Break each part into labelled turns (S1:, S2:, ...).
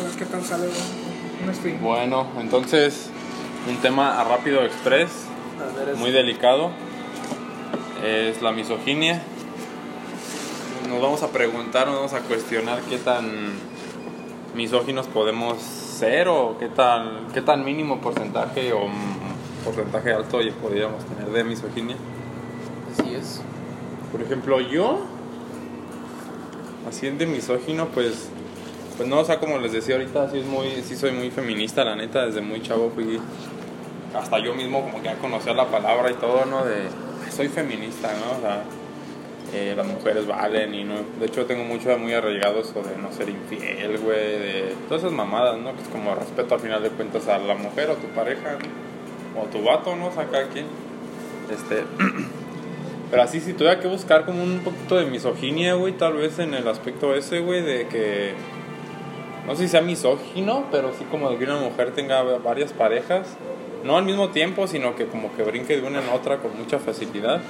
S1: pues qué tal sale un, un stream.
S2: Bueno, entonces un tema a rápido express,
S3: A ver, es-
S2: muy delicado, es la misoginia. Nos vamos a preguntar, nos vamos a cuestionar qué tan misóginos podemos ser o qué tan, qué tan mínimo porcentaje o mm, porcentaje alto ya podríamos tener de misoginia.
S3: Así es.
S2: Por ejemplo, yo, así de misógino, pues, pues no, o sea, como les decía ahorita, sí, es muy, sí soy muy feminista, la neta, desde muy chavo fui, hasta yo mismo como que ya conocía la palabra y todo, ¿no? De, "Ay, soy feminista, ¿no? O sea, eh, las mujeres valen y no, de hecho tengo mucho muy arraigado eso de no ser infiel, güey, de todas esas mamadas, ¿no? Que es como respeto al final de cuentas a la mujer o tu pareja, ¿no? O a tu vato, ¿no? O sea, cada quien. Este, pero así, si tuviera que buscar como un poquito de misoginia, güey, tal vez en el aspecto ese, güey, de que. No sé si sea misógino, pero sí como de que una mujer tenga varias parejas. No al mismo tiempo, sino que como que brinque de una en otra con mucha facilidad.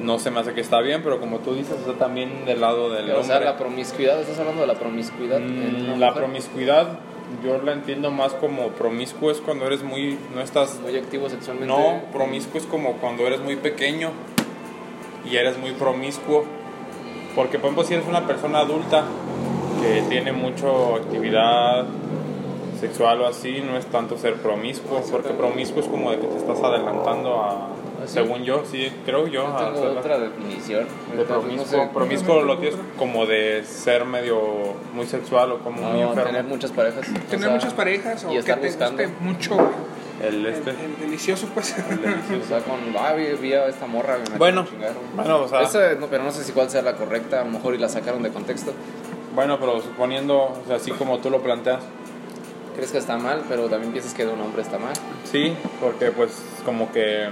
S2: No se me hace que está bien, pero como tú dices, está también del lado del
S3: o sea,
S2: hombre.
S3: la promiscuidad, estás hablando de la promiscuidad. en
S2: Mm,
S3: una
S2: la
S3: mujer?
S2: promiscuidad, yo la entiendo más como promiscuo es cuando eres muy. No estás
S3: Muy activo sexualmente.
S2: no, promiscuo es como cuando eres muy pequeño y eres muy promiscuo. Porque, por ejemplo, si eres una persona adulta que tiene mucho actividad sexual o así, no es tanto ser promiscuo. Porque promiscuo es como de que te estás adelantando a.
S3: ¿Ah, sí?
S2: Según yo, sí, creo yo.
S3: Yo
S2: a
S3: Ah, tengo
S2: ser la-
S3: otra definición.
S2: de
S3: Entonces, no
S2: promiscuo.
S3: sé.
S2: Promiscuo lo tienes como de ser medio muy sexual o como muy
S3: No, Ah, tener
S2: enfermo.
S3: muchas parejas. o
S1: Tener
S3: sea,
S1: muchas parejas o
S3: y
S1: que te
S3: estar buscando.
S1: guste mucho güey. el,
S2: El este.
S1: el delicioso, pues.
S2: el
S3: O
S2: delicioso.
S3: sea, con, ah, vi, vi a esta morra. me
S2: Bueno,
S3: chingaron.
S2: bueno, o sea-
S3: Esa, no, pero no sé si cuál sea la correcta, a lo mejor y la sacaron de contexto.
S2: Bueno, pero suponiendo, o sea, así como tú lo planteas,
S3: Crees que está mal, pero también piensas que de un hombre está mal.
S2: Sí, porque pues como que...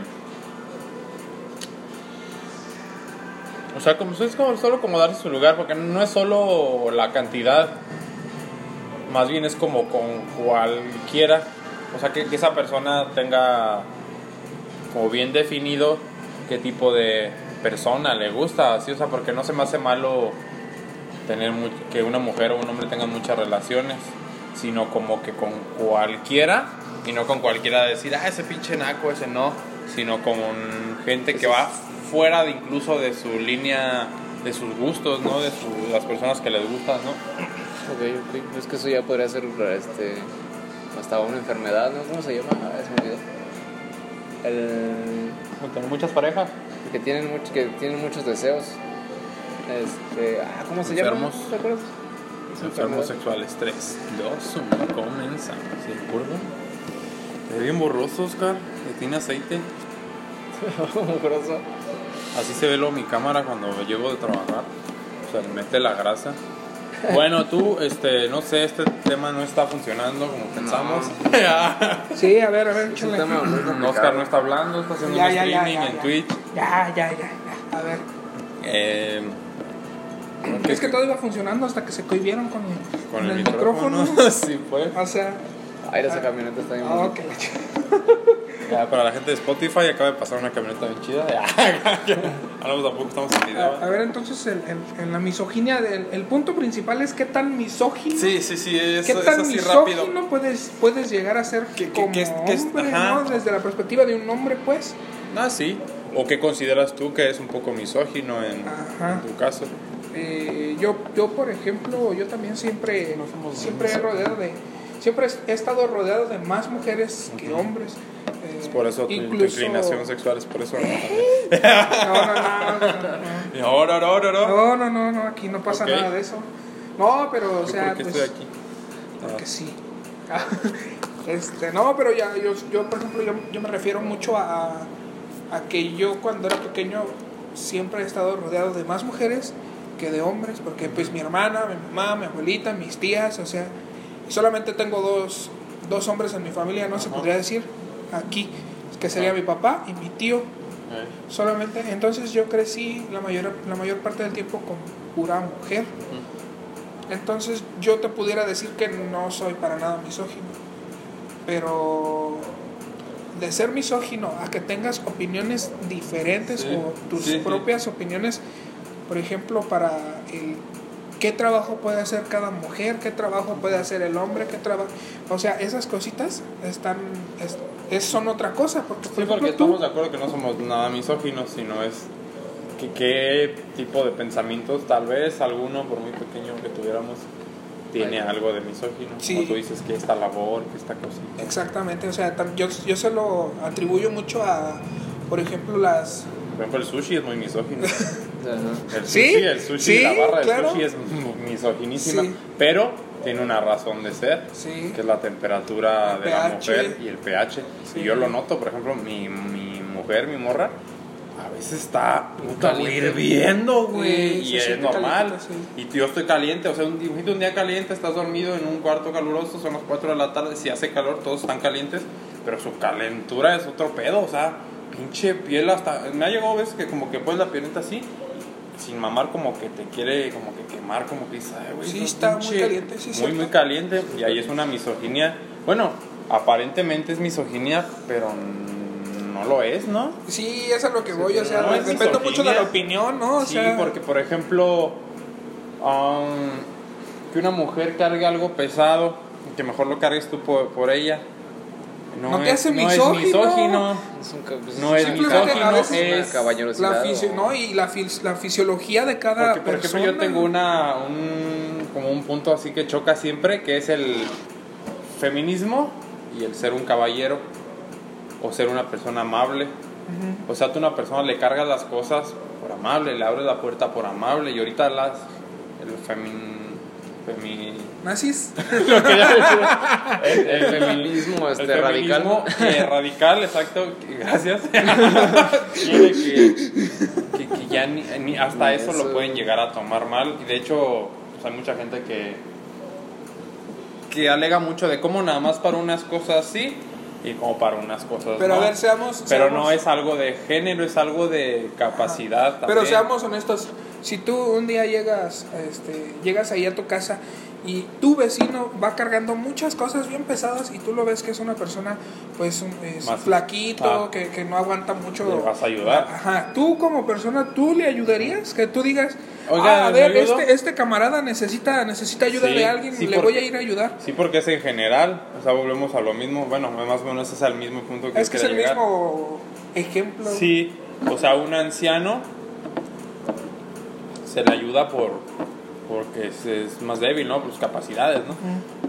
S2: O sea, como es como solo como darse su lugar, porque no es solo la cantidad, más bien es como con cualquiera. O sea, que, que esa persona tenga como bien definido qué tipo de persona le gusta, así, o sea, porque no se me hace malo tener mu- que una mujer o un hombre tengan muchas relaciones, sino como que con cualquiera y no con cualquiera decir, ah, ese pinche naco, ese no, sino con gente que va fuera de incluso de su línea, de sus gustos, ¿no? De su- las personas que les gustan, ¿no?
S3: Ok, ok. Es que eso ya podría ser este, hasta una enfermedad, ¿no? ¿Cómo se llama? Ah, se me olvidó. El...
S2: Tener muchas parejas.
S3: que tienen mucho, que tienen muchos deseos. Este, ah, ¿cómo se
S2: Enfermos.
S3: llama? ¿Te acuerdas?
S2: Enfermos sexuales 3, 2, 1, comenzamos. ¿Se acuerdan? Es bien borroso, Oscar. que Tiene aceite.
S3: Mugroso.
S2: Así se ve luego mi cámara cuando llego de trabajar. O sea, le mete la grasa. Bueno, tú, este, no sé, este tema no está funcionando como pensamos.
S1: Sí, a ver, a ver,
S3: Es un
S1: échale.
S3: tema muy complicado.
S2: Oscar no está hablando, está haciendo
S1: Ya, ya,
S2: un
S1: ya,
S2: streaming
S1: ya,
S2: en
S1: ya.
S2: Twitch.
S1: Ya, ya, ya, ya. A ver.
S2: Eh,
S1: Es que todo iba funcionando hasta que se cohibieron con,
S2: con el, micrófono. sí, pues.
S1: O sea,
S3: Ay, Ah, esa camioneta está bien.
S1: oh, que la ch-
S2: Ya, para la gente de Spotify acaba de pasar una camioneta bien chida. Ah, no, tampoco estamos en video.
S1: a, a ver, entonces, el- el- en la misoginia, el, el punto principal es qué tan misógino.
S2: Sí, sí, sí, es,
S1: ¿Qué
S2: es
S1: tan
S2: así rápido.
S1: misógino puedes, puedes llegar a ser
S2: ¿Qué- qué-
S1: como
S2: qué es- qué es-
S1: hombre,
S2: ajá.
S1: ¿no? Desde la perspectiva de un hombre, pues.
S2: Ah, sí. ¿O qué consideras tú que es un poco misógino en
S1: Ajá.
S2: tu caso?
S1: Eh, yo, yo, por ejemplo, yo también siempre, siempre he rodeado de... Siempre he estado rodeado de más mujeres que hombres. Eh,
S2: Es Pues por eso tu- tu,
S1: incluso- ¿Eh?
S2: inclinación sexual, es por eso. ¿no?
S1: No, no, no, no, no,
S2: No, no, no, no, no.
S1: no, no, no, no, aquí no pasa
S2: Ok.
S1: nada de eso. No, pero, o
S2: Yo
S1: sea,
S2: porque
S1: pues,
S2: estoy aquí.
S1: porque sí. Ah. este, no, pero ya, yo, yo por ejemplo, yo, yo me refiero mucho a, a que yo cuando era pequeño siempre he estado rodeado de más mujeres que de hombres, porque pues mi hermana, mi mamá, mi abuelita, mis tías, o sea, solamente tengo dos, dos hombres en mi familia, no se podría decir, aquí, que sería mi papá y mi tío. Solamente, entonces yo crecí la mayor, la mayor parte del tiempo con pura mujer. Entonces yo te pudiera decir que no soy para nada misógino. Pero de ser misógino a que tengas opiniones diferentes
S2: Sí,
S1: o tus
S2: sí, sí.
S1: propias opiniones, por ejemplo, para el qué trabajo puede hacer cada mujer, qué trabajo puede hacer el hombre, qué trabajo... O sea, esas cositas están, es, es- son otra cosa. Porque, por
S2: Sí, porque
S1: ejemplo, tú-
S2: estamos de acuerdo que no somos nada misóginos, sino es que qué tipo de pensamientos, tal vez alguno, por muy pequeño que tuviéramos, tiene
S3: Ay.
S2: algo de misógino.
S1: Sí.
S2: Como tú dices, que esta labor, que esta cosita.
S1: Exactamente, o sea, tam- yo, yo se lo atribuyo mucho a, por ejemplo, las...
S2: Por ejemplo, el sushi es muy misógino.
S3: Ajá.
S2: El
S1: Sí,
S2: sushi, el sushi,
S1: sí,
S2: la barra
S1: claro.
S2: del sushi es misoginísima,
S1: Sí.
S2: pero tiene una razón de ser,
S1: Sí.
S2: que es la temperatura
S1: El
S2: de la
S1: pH.
S2: mujer y el pH.
S1: Sí.
S2: Y yo lo noto, por ejemplo, mi, mi mujer, mi morra, a veces está puta, güey,
S3: Caliente.
S2: hirviendo,
S1: Sí,
S2: güey,
S1: se
S2: y es
S1: siente
S2: normal.
S1: calientito, sí.
S2: Y yo estoy caliente, o sea, un, dibujito, un día caliente, estás dormido en un cuarto caluroso, son las 4 de la tarde, si hace calor, todos están calientes, pero su calentura es otro pedo, o sea, pinche piel hasta... Me ha llegado veces que como que pones la piernita así, sin mamar como que te quiere como que quemar, como que dices, "Ay, güey,
S1: Sí,
S2: no
S1: está muy caliente, sí,
S2: muy,
S1: cierto".
S2: muy caliente, y ahí es una misoginia. Bueno, aparentemente es misoginia, pero no lo es, ¿no?
S1: Sí, es a lo que
S2: Sí,
S1: voy, o
S2: pero
S1: sea,
S2: no es
S1: respeto mucho de la
S2: misoginia.
S1: opinión, ¿no? O
S2: sí,
S1: sea,
S2: porque por ejemplo, um, que una mujer cargue algo pesado, que mejor lo cargues tú por, por ella.
S1: No te hace
S2: No es
S1: misógino.
S2: misógino.
S3: Es un ca- pues,
S2: No es
S1: Simplemente a
S2: misógino,
S1: veces
S2: es...
S3: caballerosidad.
S1: la
S3: o-
S1: fisio- no, y la, fis- la fisiología de cada
S2: Porque, por ejemplo,
S1: persona.
S2: yo tengo una, un, como un punto así que choca siempre, que es el feminismo y el ser un caballero o ser una persona amable. O sea, tú a una persona le cargas las cosas por amable, le abres la puerta por amable y ahorita las... El femin... femi-
S1: ¿Nazis?
S2: lo quería decir. El, el
S3: feminismo, este, radical.
S2: radical. radical, exacto. que- Gracias. Tiene que, que, que ya ni, ni- hasta
S3: Ni
S2: eso,
S3: eso.
S2: lo pueden llegar a tomar mal. Y de hecho, pues, hay mucha gente que que alega mucho de cómo nada más para unas cosas sí y como para unas cosas
S1: Pero a
S2: no.
S1: ver, seamos...
S2: Pero
S1: seamos-
S2: no es algo de género, es algo de capacidad también.
S1: Pero seamos honestos, si tú un día llegas, este, llegas ahí a tu casa y tu vecino va cargando muchas cosas bien pesadas y tú lo ves que es una persona pues un- es
S2: Más-
S1: flaquito,
S2: ah.
S1: que, que no aguanta mucho.
S2: Le vas a ayudar.
S1: Ajá, tú como persona, ¿tú le ayudarías? Que tú digas,
S2: Oiga,
S1: "Ah, a
S2: ¿me
S1: ver,
S2: ayudo?"
S1: este, este camarada necesita, necesita ayuda
S2: Sí,
S1: de alguien,
S2: sí,
S1: le
S2: porque-
S1: voy a ir a ayudar.
S2: Sí, porque es en general, o sea, volvemos a lo mismo, bueno, más o menos es al mismo punto que
S1: Es que es
S2: quería
S1: el
S2: llegar.
S1: mismo ejemplo.
S2: Sí, o sea, un anciano se le ayuda por porque es, es más débil, ¿no? Por sus capacidades, ¿no?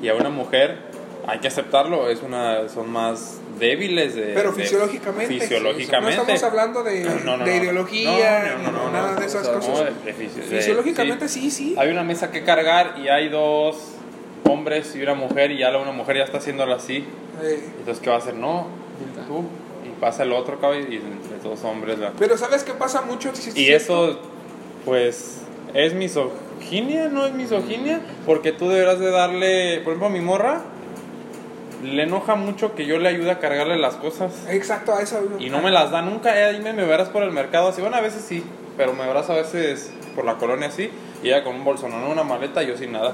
S2: Y a una mujer hay que aceptarlo, es una son más débiles de
S1: Pero
S2: de-
S1: fisiológicamente.
S2: fisiológicamente.
S1: No estamos hablando de,
S2: No, no,
S1: de
S2: no.
S1: ideología
S2: No, no, no,
S1: ni
S2: no,
S1: nada
S2: no, este,
S1: de esas
S3: no, no,
S1: cosas.
S2: de- de fisi- de-
S1: Fisiológicamente sí, sí.
S2: Hay una mesa que cargar y hay dos hombres y una mujer y ya la una mujer ya está haciéndolo así.
S1: Eh,
S2: Entonces, ¿qué va a hacer? No, tú. Y pasa el otro caballo y entre dos hombres la...
S1: Pero ¿sabes qué pasa mucho? Sí, sí,
S2: Y eso, pues, es misoginia, no es misoginia, porque tú deberás de darle, por ejemplo, a mi morra, le enoja mucho que yo le ayude a cargarle las cosas.
S1: Exacto, a eso.
S2: Y no me las da nunca, ella dime, me verás por el mercado así, bueno, a veces sí, pero me verás a veces por la colonia así, y ella con un bolsonón, una maleta, y yo sin nada,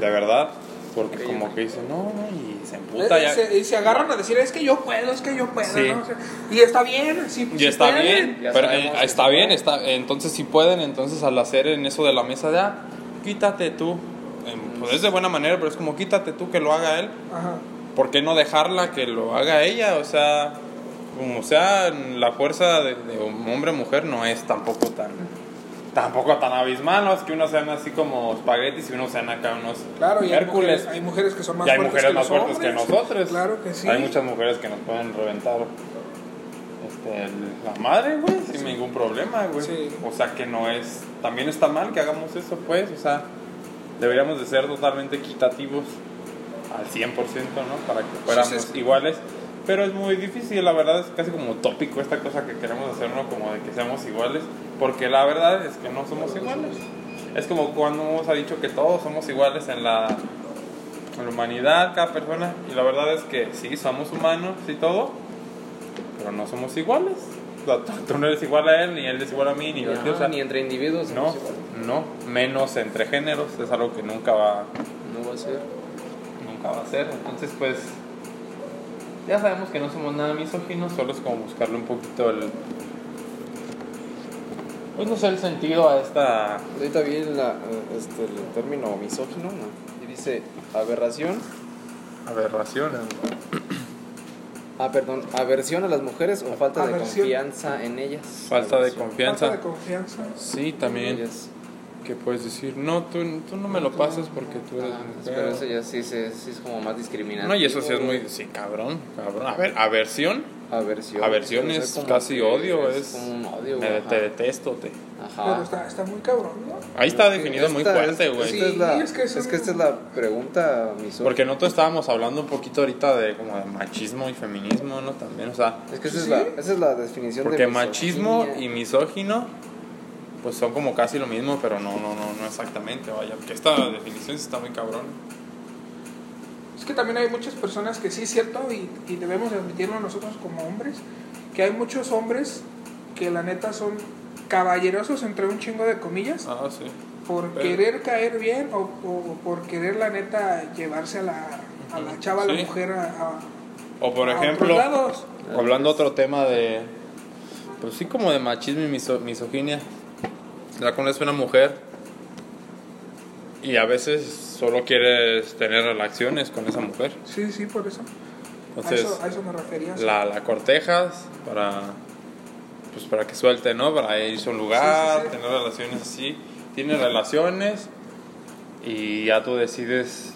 S2: de verdad. Porque como que dice, no, no, y se emputa
S1: Eh,
S2: ya.
S1: y, se, y se agarran a decir, es que yo puedo, es que yo puedo.
S2: Sí.
S1: ¿no? O sea, y está bien, sí.
S2: Y
S1: sí
S2: está
S1: pueden.
S2: bien,
S3: Ya
S2: pero
S3: sabemos
S2: eh,
S3: que
S2: está
S3: se
S2: bien,
S3: puede.
S2: está, entonces si pueden, entonces al hacer en eso de la mesa de, ah, quítate tú, eh, pues es de buena manera, pero es como quítate tú que lo haga él,
S1: Ajá.
S2: ¿por qué no dejarla que lo haga ella? O sea, como sea, la fuerza de, de un hombre o mujer no es tampoco tan, tampoco tan abismal, ¿no? es que unos sean así como espaguetis y unos sean acá unos
S1: Claro, y hay
S2: Hércules.
S1: mujeres, hay mujeres que son más
S2: Y hay
S1: fuertes
S2: mujeres
S1: que
S2: más
S1: los
S2: fuertes que
S1: hombres.
S2: nosotros.
S1: Claro que sí.
S2: Hay muchas mujeres que nos pueden reventar este, el- la madre, güey, sin ningún problema, güey.
S1: Sí.
S2: O sea que no es. También está mal que hagamos eso, pues. O sea, deberíamos de ser totalmente equitativos al 100%, ¿no? Para que fuéramos
S1: Sí, sí, sí.
S2: iguales. Pero es muy difícil, la verdad es casi como utópico esta cosa que queremos hacer, ¿no? Como de que seamos iguales, porque la verdad es que no somos iguales. Es como cuando nos ha dicho que todos somos iguales en la, en la humanidad, cada persona, y la verdad es que sí, somos humanos y todo, pero no somos iguales. O sea, tú- Tú no eres igual a él, ni él es igual a mí, ni yo a ti,
S3: Ajá,
S2: o sea,
S3: ni entre individuos.
S2: no,
S3: pues, igual.
S2: no, menos entre géneros, es algo que nunca va,
S3: No va a ser.
S2: nunca va a ser. Entonces, pues, ya sabemos que no somos nada misóginos, solo es como buscarle un poquito el, Pues no sé el sentido a esta.
S3: Ahorita vi la, eh, este, el término misógino ¿no? y dice aberración.
S2: Aberración.
S3: Ah, perdón, aversión a las mujeres o falta de
S1: Aversión.
S3: confianza en ellas.
S2: Falta de
S3: Aversión.
S1: Falta
S2: confianza.
S1: de confianza.
S2: Sí,
S3: En
S2: también.
S3: ellas.
S2: Que puedes decir, no, tú, tú no me lo pasas porque tú eres.
S3: Ah,
S2: mi
S3: pero
S2: pedo".
S3: eso ya sí, se- sí es como más discriminante.
S2: No, y eso sí es muy. Sí, cabrón. cabrón. A ver, aversión.
S3: Aversión.
S2: Aversión
S3: O sea,
S2: es
S3: como
S2: casi
S3: que
S2: odio, es-
S3: como un odio,
S2: Me,
S3: ajá.
S2: te detesto, te. Ah.
S1: Pero
S3: Ajá.
S1: está, está muy cabrón, ¿no?
S2: Ahí está
S3: Es que
S2: definido muy
S3: esta
S2: fuerte,
S3: es-
S2: güey.
S3: esta es la-
S1: Sí, es que es
S3: es que
S1: un-
S3: esta es la pregunta, misógina.
S2: Porque nosotros estábamos hablando un poquito ahorita de como de machismo y feminismo, ¿no? También, o sea,
S3: Es que esa,
S1: ¿Sí?
S3: es, la, esa es la definición
S2: porque
S3: de misoginia.
S2: machismo y misógino pues son como casi lo mismo, pero no no no no exactamente, vaya, porque esta definición sí está muy cabrón.
S1: Es que también hay muchas personas que sí es cierto y, y debemos de admitirlo nosotros como hombres, que hay muchos hombres que la neta son caballerosos entre un chingo de comillas
S2: Ah, sí.
S1: por
S2: pero-
S1: querer caer bien o, o- o por querer la neta llevarse a la, a la chava, a la
S2: Sí.
S1: mujer a, a-
S2: O por
S1: a otros
S2: ejemplo,
S1: lados.
S2: hablando otro tema de pues sí como de machismo y miso- misoginia. La conoce una mujer y a veces solo quieres tener relaciones con esa mujer.
S1: Sí, sí, por eso. a,
S2: Entonces,
S1: eso a eso me refería. sí.
S2: la, la cortejas para pues para que suelte, ¿no? Para irse a un lugar,
S1: Sí, sí, sí.
S2: tener relaciones así. Tiene relaciones y ya tú decides.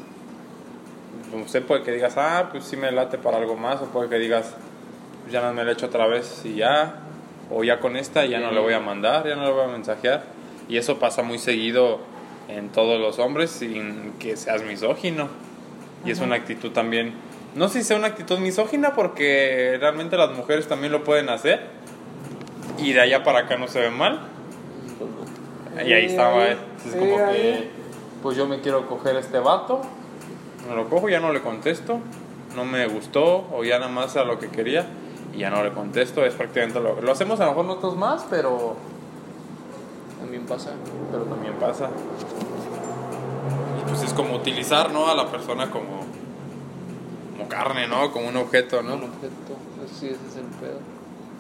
S2: Como usted puede que digas, ah, pues sí me late para algo más, o puede que digas, "Pues, ya no me lo echo otra vez y ya, o ya con esta ya no le voy a mandar, ya no le voy a mensajear. Y eso pasa muy seguido en todos los hombres sin que seas misógino. Y es una actitud también, no sé si sea una actitud misógina porque realmente las mujeres también lo pueden hacer y de allá para acá no se ve mal. Y ahí
S1: Eh,
S2: estaba,
S1: ahí,
S2: eh. Entonces,
S1: eh,
S2: como que,
S1: ahí.
S2: pues yo me quiero coger este vato, me lo cojo, ya no le contesto, no me gustó, o ya nada más a lo que quería, y ya no le contesto, es prácticamente lo Lo hacemos a lo mejor nosotros más, pero,
S3: También pasa.
S2: pero también pasa. Y pues es como utilizar, ¿no? A la persona como, como carne, ¿no? Como un objeto,
S3: No,
S2: ¿no?
S3: no, perfecto. Sí, ese es el pedo.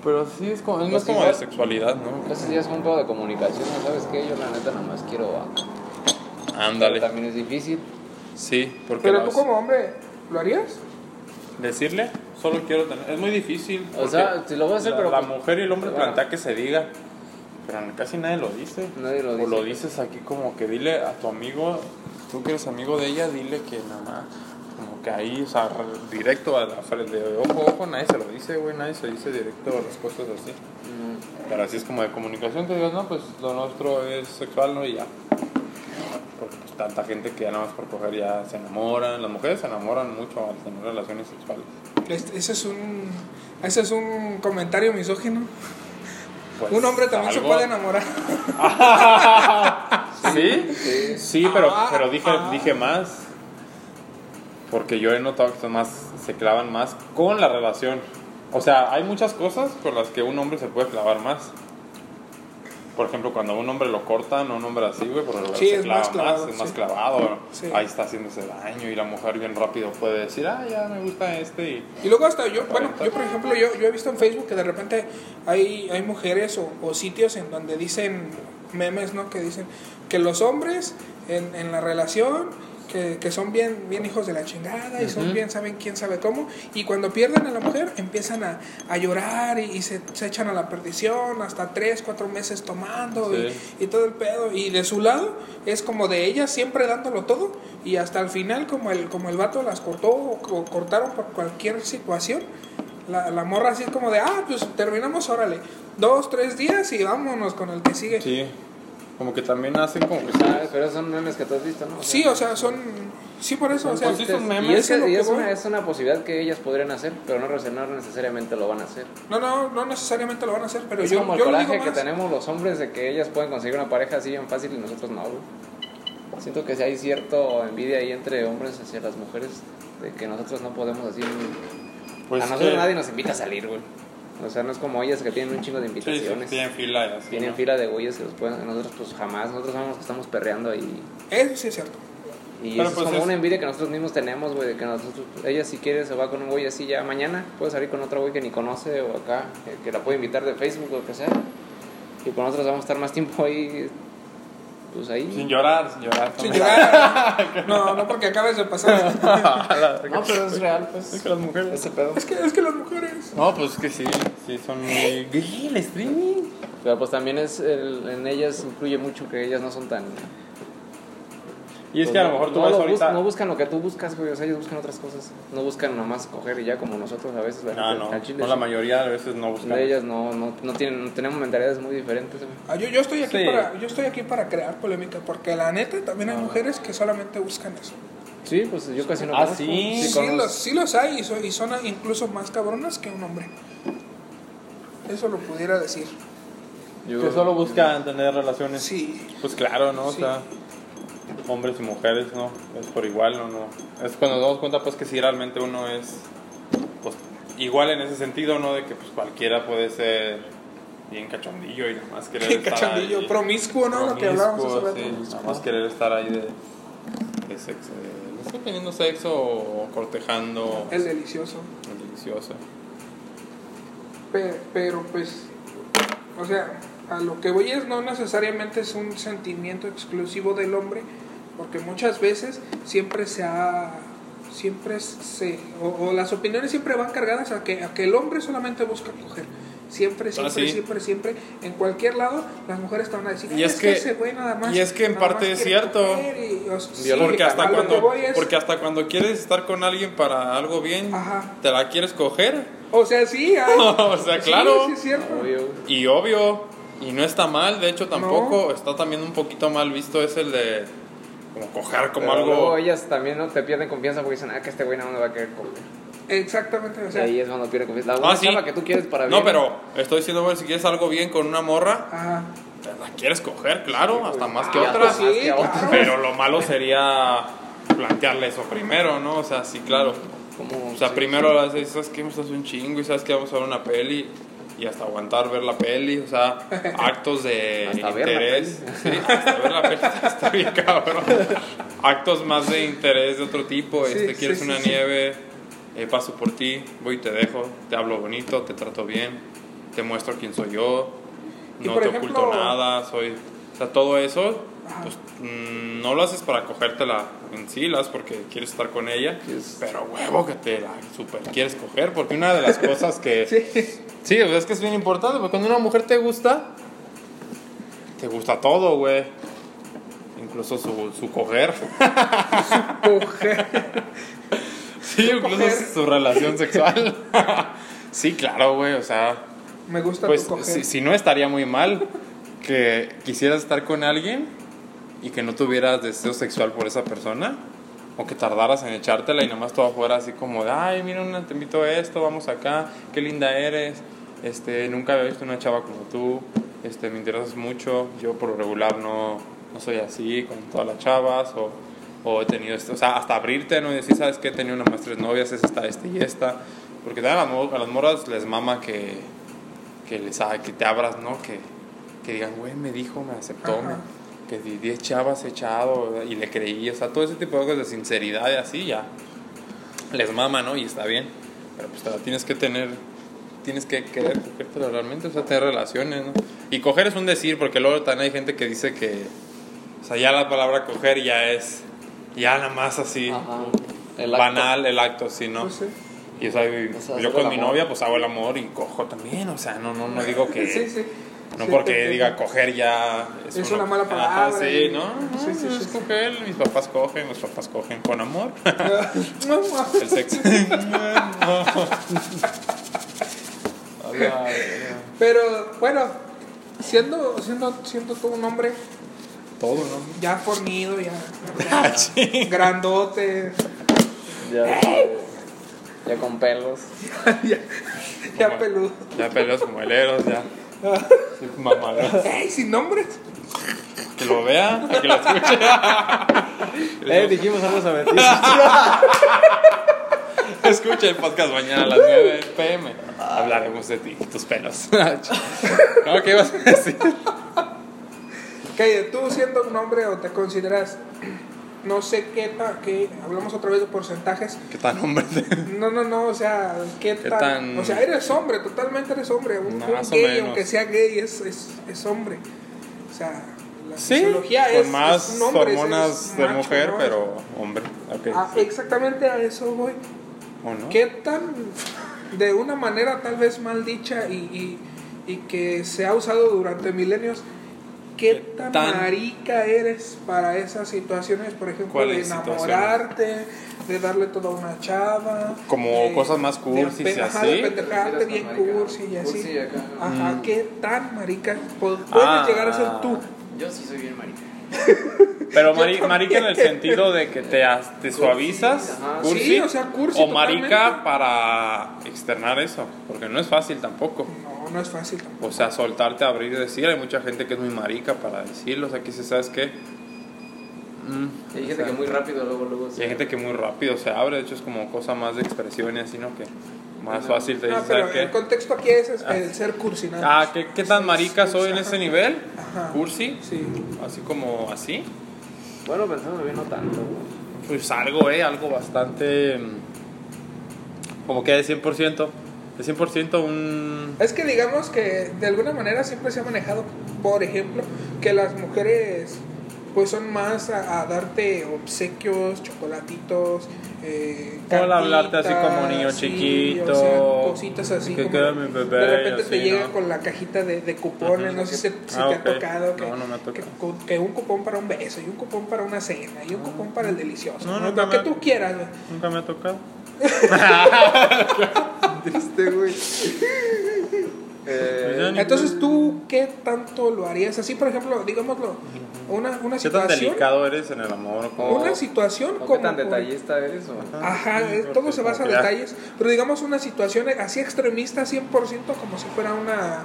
S2: Pero sí es como, es
S3: más
S2: más como
S3: igual.
S2: de sexualidad, ¿no?
S3: Entonces ya es un pedo de comunicación, ¿no? ¿sabes qué? Yo la neta nada más quiero acá. Pero
S2: Ándale.
S3: También es difícil.
S2: Sí, porque
S1: Pero tú
S2: las-
S1: como hombre, ¿lo harías?
S2: decirle, solo quiero tener, es muy difícil.
S3: O sea,
S2: porque-
S3: si lo voy a hacer,
S2: la,
S3: pero
S2: la
S3: pues,
S2: mujer y el hombre
S3: pero bueno.
S2: plantea que se diga, pero casi nadie lo dice.
S3: nadie lo
S2: o
S3: dice.
S2: lo dices aquí como que dile a tu amigo, tú que eres amigo de ella, dile que nada más, como que ahí, o sea, re- directo a la frente, de ojo, ojo, nadie se lo dice, güey, nadie se dice directo las cosas así.
S3: Mm,
S2: Pero así es como de comunicación, que digas, no, pues lo nuestro es sexual, ¿no? Y ya. Porque pues, tanta gente que ya nada más por coger ya se enamoran, las mujeres se enamoran mucho al tener relaciones sexuales.
S1: Este- ese es un ese es un comentario misógino.
S2: Pues,
S1: un hombre también se
S2: algo-
S1: puede enamorar.
S2: ¿Sí? Sí, pero,
S1: Ah,
S2: pero dije,
S1: ah.
S2: dije más. Porque yo he notado que son más, se clavan más con la relación. O sea, hay muchas cosas con las que un hombre se puede clavar más. Por ejemplo, cuando a un hombre lo cortan, a un hombre así, güey, por
S1: Sí,
S2: se
S1: es
S2: clava
S1: más clavado,
S2: más, es más
S1: sí.
S2: clavado.
S1: Sí.
S2: Ahí está haciéndose daño y la mujer bien rápido puede decir, ah, ya me gusta este. Y
S1: Y luego hasta yo, bueno, yo por ejemplo, yo, yo he visto en Facebook que de repente hay, hay mujeres o, o sitios en donde dicen memes, ¿no? Que dicen que los hombres en, en la relación, que, que son bien, bien hijos de la chingada y son bien, saben quién sabe cómo, y cuando pierden a la mujer empiezan a, a llorar y, y se, se echan a la perdición, hasta tres, cuatro meses tomando y-
S2: Sí.
S1: y todo el pedo. Y de su lado es como de ella siempre dándolo todo y hasta el final como el, como el vato las cortó o, o cortaron por cualquier situación, la, la morra así es como de, ah, pues terminamos, órale, dos, tres días y vámonos con el que sigue. Sí,
S2: sí, como que también hacen como que...
S3: ¿Sabes? Pero son memes que tú has visto, ¿no?
S1: o sea, son... Sí, por eso, o sea,
S2: Pues sí, son memes.
S3: Y es,
S1: es lo
S3: que- y
S1: que
S3: es una,
S1: voy.
S3: es una posibilidad que ellas podrían hacer, pero no, rece- no necesariamente lo van a hacer.
S1: no, no, no necesariamente lo van a hacer, pero
S3: es
S1: yo,
S3: como el
S1: yo lo
S3: coraje
S1: digo
S3: que
S1: más.
S3: tenemos los hombres de que ellas pueden conseguir una pareja así bien fácil y nosotros no, güey. Siento que sí hay cierto envidia ahí entre hombres hacia las mujeres de que nosotros no podemos así.
S2: Pues
S3: a nosotros
S2: que-
S3: nadie nos invita a salir, güey. O sea, no es como ellas que tienen un chingo de
S2: Sí, sí,
S3: invitaciones.
S2: tienen fila y así,
S3: Tienen
S2: ¿no?
S3: fila de güeyes que los pueden. Nosotros, pues jamás. Nosotros somos los que estamos perreando ahí.
S1: Eso sí es cierto.
S3: Y
S2: Pero,
S3: eso
S2: pues,
S3: es como
S2: es-
S3: una envidia que nosotros mismos tenemos, güey, de que nosotros, ella si quiere se va con un güey así ya mañana, puede salir con otro güey que ni conoce o acá, eh, que la puede invitar de Facebook o lo que sea. Y con nosotros vamos a estar más tiempo ahí, pues ahí.
S2: Sin llorar, sin llorar.
S1: Sin llorar. No, no porque acabes de pasar.
S3: No, pero es real,
S2: Es
S3: pues.
S2: que las mujeres.
S3: Ese pedo.
S1: Es que, es que las mujeres.
S2: No, pues es que sí, sí son muy. ¿Qué? ¿El streaming?
S3: Pero pues también es el- en ellas influye mucho que ellas no son tan.
S2: Y es que a lo mejor tú vas
S3: lo bus-
S2: ahorita.
S3: Pues no buscan lo que tú buscas, güey. O sea, ellos buscan otras cosas. No buscan nomás coger y ya como nosotros a veces. La
S2: No,
S3: gente,
S2: no,
S3: al chile,
S2: no, la mayoría de veces no
S3: sí.
S2: buscamos.
S3: De ellas no, no, no tienen, tenemos mentalidades muy diferentes, güey.
S1: Ah, yo, yo, estoy aquí
S2: Sí. Ah.
S1: para, yo estoy aquí para crear polémica, porque la neta también hay mujeres que solamente buscan eso.
S3: Sí, pues yo casi no
S2: Ah,
S3: conozco.
S2: sí.
S1: Sí,
S3: conozco.
S1: los, sí los hay y son, y son incluso más cabronas que un hombre. Eso lo pudiera decir.
S3: Yo-
S2: Que solo buscan tener relaciones.
S1: Sí.
S2: Pues claro, ¿no? O
S1: Sí.
S2: sea, hombres y mujeres, ¿no? Es por igual, ¿no? no. Es cuando nos damos cuenta, pues, que si realmente uno es, pues, igual en ese sentido, ¿no? De que, pues, cualquiera puede ser bien cachondillo y nada más querer
S1: Qué
S2: estar ahí.
S1: cachondillo, promiscuo, ¿no? Lo que hablábamos hace
S2: Promiscuo,
S1: rato.
S2: sí, Nada más querer estar ahí de, de sexo, de, no sé, teniendo sexo o cortejando.
S1: Es delicioso.
S2: Delicioso.
S1: Pero, pero pues, o sea, a lo que voy es no necesariamente es un sentimiento exclusivo del hombre, porque muchas veces siempre se ha, siempre se, o, o las opiniones siempre van cargadas a que, a que el hombre solamente busca coger. Siempre, siempre,
S2: Ah, sí.
S1: siempre, siempre, en cualquier lado, las mujeres te van a decir,
S2: Y
S1: "Ah,
S2: es que-
S1: ese güey nada más-
S2: y es que en
S1: nada
S2: parte
S1: más
S2: es
S1: quiere
S2: cierto.
S1: coger y- o sea, sí,
S2: porque
S1: a
S2: hasta
S1: lo que
S2: cuando
S1: voy es-
S2: porque hasta cuando quieres estar con alguien para algo bien
S1: Ajá.
S2: te la quieres coger
S1: O sea, sí, hay-
S2: O sea,
S1: sí,
S2: claro.
S1: sí es cierto.
S3: Obvio, güey.
S2: y obvio y no está mal de hecho tampoco está también un poquito mal visto es el de como coger como
S3: Pero luego
S2: algo
S3: ellas también no te pierden confianza porque dicen, ah, que este güey no me va a querer coger.
S1: Exactamente, o sea,
S3: y ahí es cuando pierde confianza. La
S2: Ah,
S3: única
S2: sí.
S3: que tú quieres para
S2: no
S3: bien,
S2: pero estoy diciendo bueno si quieres algo bien con una morra
S1: ajá.
S2: te la quieres coger claro hasta más que
S3: Ah,
S2: otra
S3: pues sí,
S1: Sí, claro.
S2: pero lo malo sería plantearle eso primero no o sea sí claro
S3: Como,
S2: O sea,
S3: sí.
S2: primero las dices, ¿sabes qué? Me estás un chingo y sabes que vamos a ver una peli y hasta aguantar ver la peli, o sea, actos de
S3: Hasta ver la
S2: interés. sí, hasta ver la peli está bien cabrón. Actos más de interés de otro tipo,
S1: Sí,
S2: este,
S1: sí,
S2: quieres
S1: sí,
S2: una
S1: sí.
S2: nieve, Eh, paso por ti, voy y te dejo, te hablo bonito, te trato bien, te muestro quién soy yo,
S1: Y
S2: no
S1: por
S2: te
S1: ejemplo-
S2: oculto nada, soy... O sea, todo eso,
S1: Ajá.
S2: pues mm, no lo haces para cogértela en sí, lo haces porque quieres estar con ella,
S3: Es-
S2: pero huevo que te la super quieres coger, porque una de las cosas que... sí. o sea, es que es bien importante, porque cuando una mujer te gusta, te gusta todo, güey. Incluso su, su coger.
S1: Coger.
S2: Sí, incluso
S1: coger.
S2: su relación sexual. sí, claro, güey, o sea...
S1: Me gusta
S2: Pues
S1: tu coger.
S2: si, si no estaría muy mal que quisieras estar con alguien y que no tuvieras deseo sexual por esa persona o que tardaras en echártela y nomás todo fuera así como de, ay, mira, una- te invito a esto, vamos acá, qué linda eres, este, nunca había visto una chava como tú, este, me interesas mucho, yo por lo regular no, no soy así con todas las chavas o, o he tenido esto, o sea, hasta abrirte, no y decir, sabes que he tenido una más tres novias, es esta, esta y esta, porque también a las mo- a las morras les mama que que les ah, que te abras, ¿no? Que, que digan, güey, me dijo, me aceptó,
S1: Ajá.
S2: me- que di- 10 chavas he echado ¿verdad? y le creí, o sea, todo ese tipo de cosas de sinceridad y así ya. Les mama, ¿no? Y está bien, pero pues te la tienes que tener, tienes que querer cogértela realmente, o sea, tener relaciones, ¿no? Y coger es un decir, porque luego también hay gente que dice que, o sea, ya la palabra coger ya es, ya nada más así,
S3: Ajá. El acto.
S2: banal el acto, sí, ¿no?
S1: Pues sí.
S2: Y o sea, y-
S3: O
S2: yo
S3: sea, hacer
S2: con
S3: el
S2: mi
S3: amor.
S2: novia pues hago el amor y cojo también, o sea, no no no digo que
S1: Sí, sí.
S2: no
S1: Sí,
S2: porque
S1: te-
S2: diga coger ya
S1: Es una mala
S2: Ajá,
S1: palabra
S2: sí,
S1: y-
S2: no, no,
S1: sí, sí,
S2: es
S1: sí, sí.
S2: coger, mis papás cogen, mis papás cogen con amor, el sexo. Hola,
S1: Pero bueno, siendo, siendo, siendo tú un hombre
S2: todo, ¿no?
S1: ya fornido, ya, Ah, ya grandote,
S3: Ya, ya con pelos.
S1: ya, ya peludo.
S2: Ya peleos como heleros, ya. Sí, mamalón.
S1: ¡Ey, sin nombres!
S2: Que lo vea, que lo escuche.
S3: Eh, dijimos algo sobre ti.
S2: Escucha el podcast mañana a las 9 pm. Hablaremos de ti, tus pelos.
S1: Ah,
S2: no, ¿qué ibas a decir?
S1: Que tú siendo un hombre o te consideras no sé qué ta- qué- hablamos otra vez de porcentajes.
S2: ¿Qué tan hombre?
S1: No, no, no, o sea, qué,
S2: ¿Qué
S1: tan,
S2: tan-
S1: O sea, eres hombre, totalmente eres hombre. Un,
S2: Más
S1: un
S2: o
S1: gay,
S2: menos.
S1: aunque sea gay, es, es, es hombre. O sea, la
S2: sí,
S1: fisiología
S2: con
S1: es,
S2: más
S1: es un hombre, es-
S2: hormonas
S1: es
S2: de
S1: macho,
S2: mujer,
S1: ¿no?
S2: pero hombre. Ok.
S1: Ah, exactamente a eso voy.
S2: ¿O no?
S1: ¿Qué tan, de una manera tal vez mal dicha y, y- y que se ha usado durante milenios, qué
S2: ¿Qué
S1: tan,
S2: tan-
S1: marica eres para esas situaciones, por ejemplo, de
S2: ¿Cuáles
S1: enamorarte, de darle toda una chava?
S2: Como
S1: de-
S2: cosas más
S1: de
S2: cursis y
S1: apen- ajá,
S2: así. Mm.
S1: de pendejarte bien cursi y así.
S4: Cursi acá.
S1: Ajá, ¿qué tan marica po- puedes
S2: Ah.
S1: llegar a ser tú?
S4: Yo sí soy bien marica.
S2: Pero
S1: Yo
S2: mari-
S1: también.
S2: marica en el sentido de que te, as- te suavizas,
S4: ajá.
S2: cursi,
S1: Sí, o sea, cursi
S2: o marica
S1: totalmente.
S2: para externar eso, porque no es fácil tampoco.
S1: No, no es fácil tampoco.
S2: O sea, soltarte, abrir y decir, hay mucha gente que es muy marica para decirlo, o sea, que se sabes qué. Mm,
S4: Y hay
S2: o
S4: gente
S2: sea,
S4: que muy rápido luego, luego.
S2: y hay gente que muy rápido se abre, de hecho es como cosa más de expresión y así, ¿no? Que más fácil te
S1: Ah,
S2: dices,
S1: pero
S2: ¿sabes qué?
S1: el contexto aquí es, es el ser cursi, nada más.
S2: Ah, ¿qué, qué tan marica soy en ese nivel?
S1: Ajá.
S2: Cursi,
S1: Sí.
S2: así como así.
S3: Bueno, pensándolo bien, no tanto. güey.
S2: Pues algo, eh, algo bastante. mm, Como que de 100%. De 100% un.
S1: Es que digamos que de alguna manera siempre se ha manejado, por ejemplo, que las mujeres pues son más a, a darte obsequios, chocolatitos, eh,
S2: Como el hablarte así como niño
S1: sí,
S2: chiquito,
S1: o sea, cositas así.
S2: que
S1: como
S2: queda mi bebé,
S1: de repente
S2: así,
S1: te llega
S2: ¿no?
S1: con la cajita de, de cupones,
S2: Ujú.
S1: no sé si, si
S2: Ah,
S1: te
S2: ok.
S1: ha tocado. Que,
S2: No, no me ha tocado. Ah.
S1: que cu- que un cupón para un beso, y un cupón para una cena, y un cupón para el delicioso.
S2: No,
S1: ¿no?
S2: nunca
S1: Lo que
S2: me-
S1: tú quieras. güey.
S2: Nunca me ha tocado.
S3: Eh,
S2: Pues ya ni-
S1: Entonces, ¿tú qué tanto lo harías? Así, por ejemplo, digámoslo, una, una
S2: ¿Qué tan
S1: situación...
S2: delicado eres en el amor? ¿Cómo-
S1: Una situación
S3: ¿O
S1: como...
S3: qué tan detallista eres? O?
S1: Ajá,
S2: Sí,
S1: eh,
S2: porque
S1: todo se basa en
S2: como que-
S1: detalles, pero digamos una situación así extremista 100% como si fuera una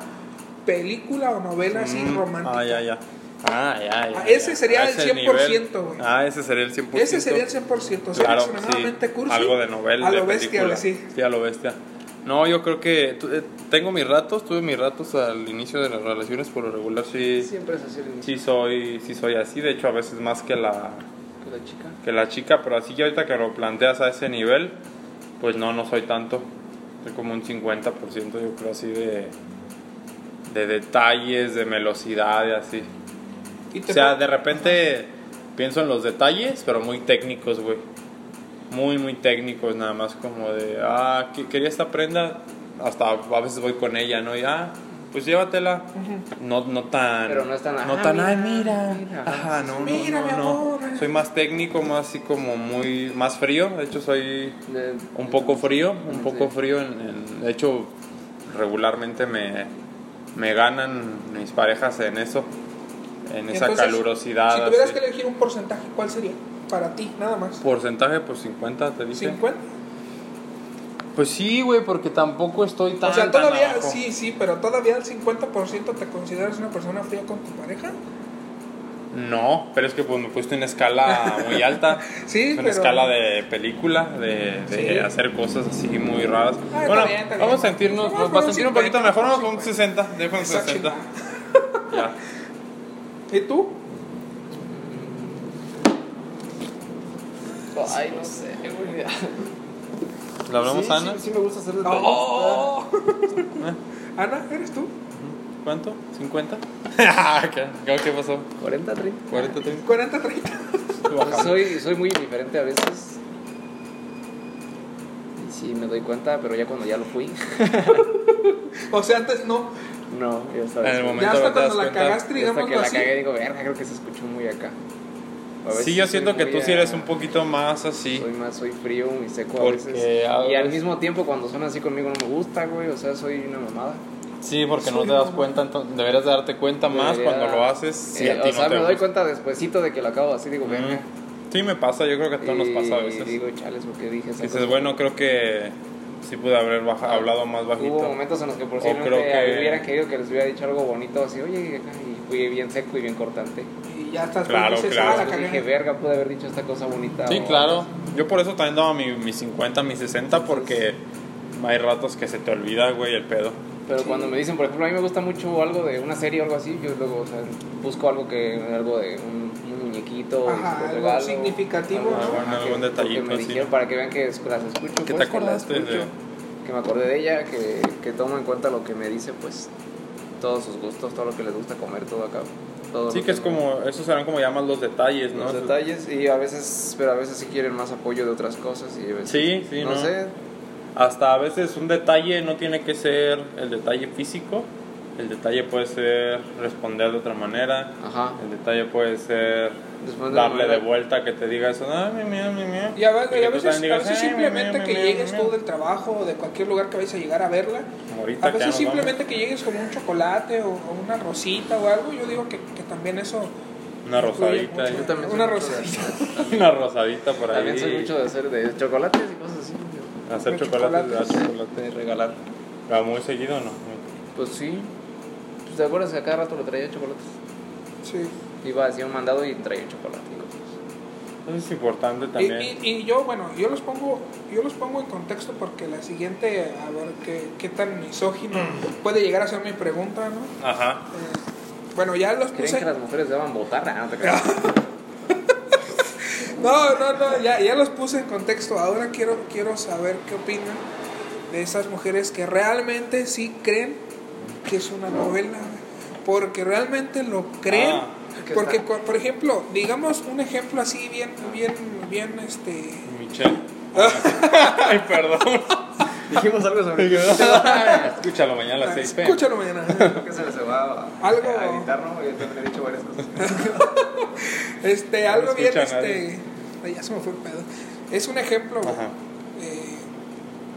S1: película o novela así
S2: Mm,
S1: romántica.
S2: Ah, ya, ya. Ah, ya, ya,
S1: Ah, ese
S2: ya.
S1: sería el
S2: A ese
S1: 100%,
S2: nivel.
S1: güey.
S2: Ah, ese sería el 100%.
S1: Ese sería el 100%, ser
S2: Claro,
S1: extremadamente
S2: sí.
S1: cursi.
S2: Algo de novela.
S1: A
S2: de
S1: lo bestia,
S2: película.
S1: güey, sí.
S2: Sí, a lo bestia. No, yo creo que tu- eh, tengo mis ratos, tuve mis ratos al inicio de las relaciones, por lo regular sí, sí.
S4: Siempre es así el inicio.
S2: soy, sí soy así, de hecho a veces más que la,
S4: Que la chica.
S2: que la chica, pero así que ahorita que lo planteas a ese nivel, pues no, no soy tanto. Soy como un 50%, yo creo, así de, de detalles, de velocidad y así.
S1: Y
S2: O
S1: te
S2: sea,
S1: puedo-
S2: de repente pienso en los detalles, pero muy técnicos, güey. Muy, muy técnicos, nada más como de, ah, que- quería esta prenda, hasta a veces voy con ella, ¿no? Y, ah, pues llévatela. No, no tan...
S3: Pero no es tan,
S2: No
S3: "Ah,
S2: tan,
S3: mira,
S2: ay, mira.
S3: mira".
S2: Ajá, no, no,
S1: Mira,
S2: no,
S1: mi
S2: no.
S1: amor.
S2: Soy más técnico, más así como muy... Más frío, de hecho soy
S3: De-
S2: un poco frío, un
S3: Sí.
S2: poco frío. En, en- de hecho, regularmente me, me ganan mis parejas en eso, en
S1: y
S2: esa
S1: entonces,
S2: calurosidad.
S1: Si tuvieras
S2: así.
S1: que elegir un porcentaje, ¿cuál sería? Para ti, nada más.
S2: Porcentaje, pues 50, te dije.
S1: ¿50?
S2: Pues sí, güey, porque tampoco estoy tan.
S1: O sea,
S2: tan
S1: todavía,
S2: abajo.
S1: sí, sí, pero todavía al 50% te consideras una persona fría con tu pareja.
S2: No, pero es que pues me puse una escala muy alta.
S1: Sí,
S2: Es una
S1: pero-
S2: escala de película, de, de
S1: Sí.
S2: hacer cosas así muy raras.
S1: Ah, está
S2: bueno,
S1: bien, está bien.
S2: vamos a sentirnos,
S1: Vamos
S2: para
S1: con un
S2: sentir un poquito
S1: 50,
S2: mejor, vamos
S1: con
S2: con
S1: un
S2: un 60, dejo en
S1: Esa
S2: 60.
S1: chingada.
S2: Ya.
S1: ¿Y tú?
S4: Ay, no sé, güey.
S2: ¿Le hablamos
S4: sí,
S2: a Ana?
S4: Sí, sí me gusta hacer detalles.
S1: ¡Oh! Ana, ¿eres tú?
S2: ¿Cuánto? ¿50? ¿Qué, ¿Qué pasó?
S3: 40, 30.
S2: ¿40, 30?
S1: 40, 30.
S3: Pues soy, soy muy indiferente a veces. Y sí, me doy cuenta, pero ya cuando ya lo fui.
S1: O sea, antes no.
S3: No, ya
S2: En el
S3: sabes.
S2: momento
S1: Ya
S2: no
S1: hasta
S2: te
S1: cuando
S2: das
S1: la
S2: cuenta.
S1: cagaste,
S3: Hasta que
S1: digámoslo
S3: la
S1: así.
S3: cagué, digo, verga, creo que se escuchó muy acá. A veces
S2: Sí, yo
S3: soy
S2: siento que
S3: muy
S2: tú sí
S3: a-
S2: eres un poquito más así.
S3: Soy más, soy frío y seco a
S2: Porque
S3: veces.
S2: a
S3: Y al
S2: veces-
S3: mismo tiempo, cuando son así conmigo, no me gusta, güey. O sea, soy una mamada.
S2: Sí, porque no
S1: Soy
S2: te das
S1: mamá.
S2: cuenta, entonces deberías de darte cuenta más
S3: Debería-
S2: cuando lo haces si
S3: Eh,
S2: a ti
S3: o sea,
S2: no te
S3: me doy
S2: gusta.
S3: cuenta despuesito de que lo acabo así, digo, verga.
S2: Mm. Sí, me pasa, yo creo que a todos nos pasa a
S3: Y
S2: veces.
S3: Eh, digo, chales, porque dije esa
S2: Dices,
S3: cosa.
S2: bueno, creo que sí pude haber baja- hablado más
S3: Hubo
S2: bajito.
S3: momentos en los que
S2: O
S3: por cierto
S2: creo que-
S3: hubieran querido que les hubiera dicho algo bonito, así, oye, y fui bien seco y bien cortante.
S1: Y ya estás
S2: Claro,
S1: dices,
S2: claro.
S1: "Ah, la
S3: Entonces dije,
S1: cagué".
S3: verga, pude haber dicho esta cosa bonita.
S2: Sí,
S3: o-
S2: claro. Yo por eso también daba mi, mi 50, mi 60, porque hay ratos que se te olvida, güey, el pedo.
S3: Pero cuando me dicen, por ejemplo, a mí me gusta mucho algo de una serie o algo así, yo luego, o sea, busco algo que, algo de un un muñequito,
S1: Ajá,
S3: un
S1: algo
S3: regalo,
S1: significativo,
S2: ¿no?
S3: ajá,
S2: Algún-
S3: que-
S2: algún detallito,
S3: porque Me
S2: sí.
S3: dijeron para que vean que es- las escucho.
S2: ¿Qué te
S3: pues, que las
S2: acordaste de-
S3: escucho, Que me acordé de ella, que, que tomo en cuenta lo que me dice, pues todos sus gustos, todo lo que les gusta comer, todo acá. todo
S2: Sí,
S3: lo
S2: que es
S3: me-
S2: como, esos serán como ya más los detalles, ¿no?
S3: los detalles y a veces, pero a veces sí quieren más apoyo de otras cosas y a veces-
S2: Sí, sí,
S3: no,
S2: ¿no?
S3: sé,
S2: Hasta a veces un detalle no tiene que ser el detalle físico, el detalle puede ser responder de otra manera,
S3: ajá.
S2: el detalle puede ser
S3: Después de la
S2: darle de
S3: manera-
S2: vuelta que te diga eso, "Ah, mi, mi, mi, mi".
S1: Y a, ve-
S2: que "Eh,
S1: y a
S2: tú
S1: veces,
S2: también digas,
S1: a veces
S2: "Ay, mi, mi,
S1: simplemente
S2: mi,
S1: que
S2: mi,
S1: llegues
S2: mi".
S1: tú del trabajo o de cualquier lugar que vayas a llegar a verla.
S2: Ahorita
S1: A
S2: que ya
S1: veces
S2: nos
S1: simplemente que llegues con un chocolate o, o una rosita o algo. Yo digo que, que también eso.
S2: vamos. una
S1: influye
S2: rosadita,
S1: mucho.
S2: ahí.
S3: Yo también soy
S1: Una
S3: mucho de-
S1: rosadita.
S2: una rosadita por ahí,
S3: También soy mucho de hacer de chocolates y cosas así.
S2: hacer
S1: de
S2: chocolates,
S1: chocolates.
S2: dar chocolate.
S3: De regalar.
S2: ¿Va muy seguido o no?
S3: Pues sí. Pues, ¿Te acuerdas que a cada rato le traía chocolates?
S1: Sí.
S3: Iba hacía un mandado y traía chocolate. y cosas.
S2: Eso es importante
S1: Y,
S2: también.
S1: y- y yo, bueno, yo los pongo yo los pongo en contexto porque la siguiente, a ver qué, qué tan misógino
S2: Mm.
S1: puede llegar a ser mi pregunta, ¿no?
S2: Ajá.
S1: Eh, bueno, ya los
S3: ¿Creen
S1: puse.
S3: que las mujeres daban botarra? No te creas.
S1: No, no, no, ya, ya los puse en contexto. Ahora quiero, quiero saber qué opinan de esas mujeres que realmente sí creen que es una novela. Porque realmente lo creen.
S2: Ah,
S3: que
S1: porque,
S3: está-
S1: cu- por ejemplo, digamos un ejemplo así bien, bien, bien, este...
S2: Michelle. Ay, perdón.
S3: Dijimos algo sobre
S2: Escúchalo mañana a las ¿eh? 6 p.m.
S1: Escúchalo mañana.
S3: que se les va a,
S1: Algo-
S3: a editar, ¿no? Yo también he dicho varias cosas.
S1: Este,
S2: No
S1: algo
S2: lo
S1: bien,
S2: escucha
S1: este...
S2: nadie.
S1: ay, ya se me fue el pedo. Es un ejemplo. güey.
S2: Ajá.
S1: Eh,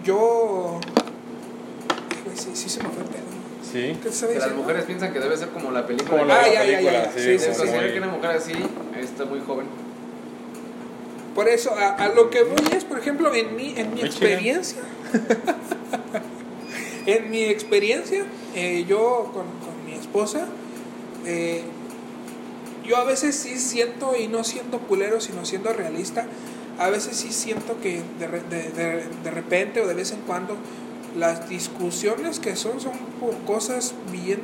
S1: yo... Güey, Sí, sí se me fue el pedo.
S2: Sí.
S1: ¿Qué te estaba
S3: Que las
S1: diciendo?
S3: mujeres piensan que debe ser como la película.
S2: Como
S3: de-
S2: la
S1: Ah,
S2: de la
S1: ya, ya,
S2: película.
S1: ya, ya.
S2: Sí,
S1: Sí,
S3: Debe
S1: sí,
S2: como
S1: sí.
S2: muy-
S3: considerar que una mujer así está muy joven.
S1: Por eso, a, a lo que voy es, por ejemplo, en mi, en mi
S2: Muy
S1: experiencia, en mi experiencia, eh, yo con, con mi esposa, eh, yo a veces sí siento, y no siendo pulero, sino siendo realista, a veces sí siento que de, re- de- de- de repente o de vez en cuando las discusiones que son son por cosas bien,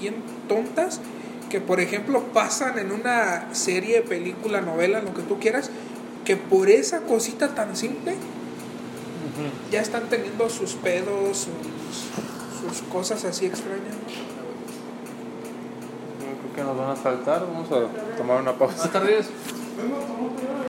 S1: bien tontas que por ejemplo pasan en una serie, película, novela, lo que tú quieras, que por esa cosita tan simple ya están teniendo sus pedos, sus, sus cosas así extrañas. ¿no?
S2: Creo que nos van a saltar. Vamos a tomar una pausa.
S3: Buenas tardes.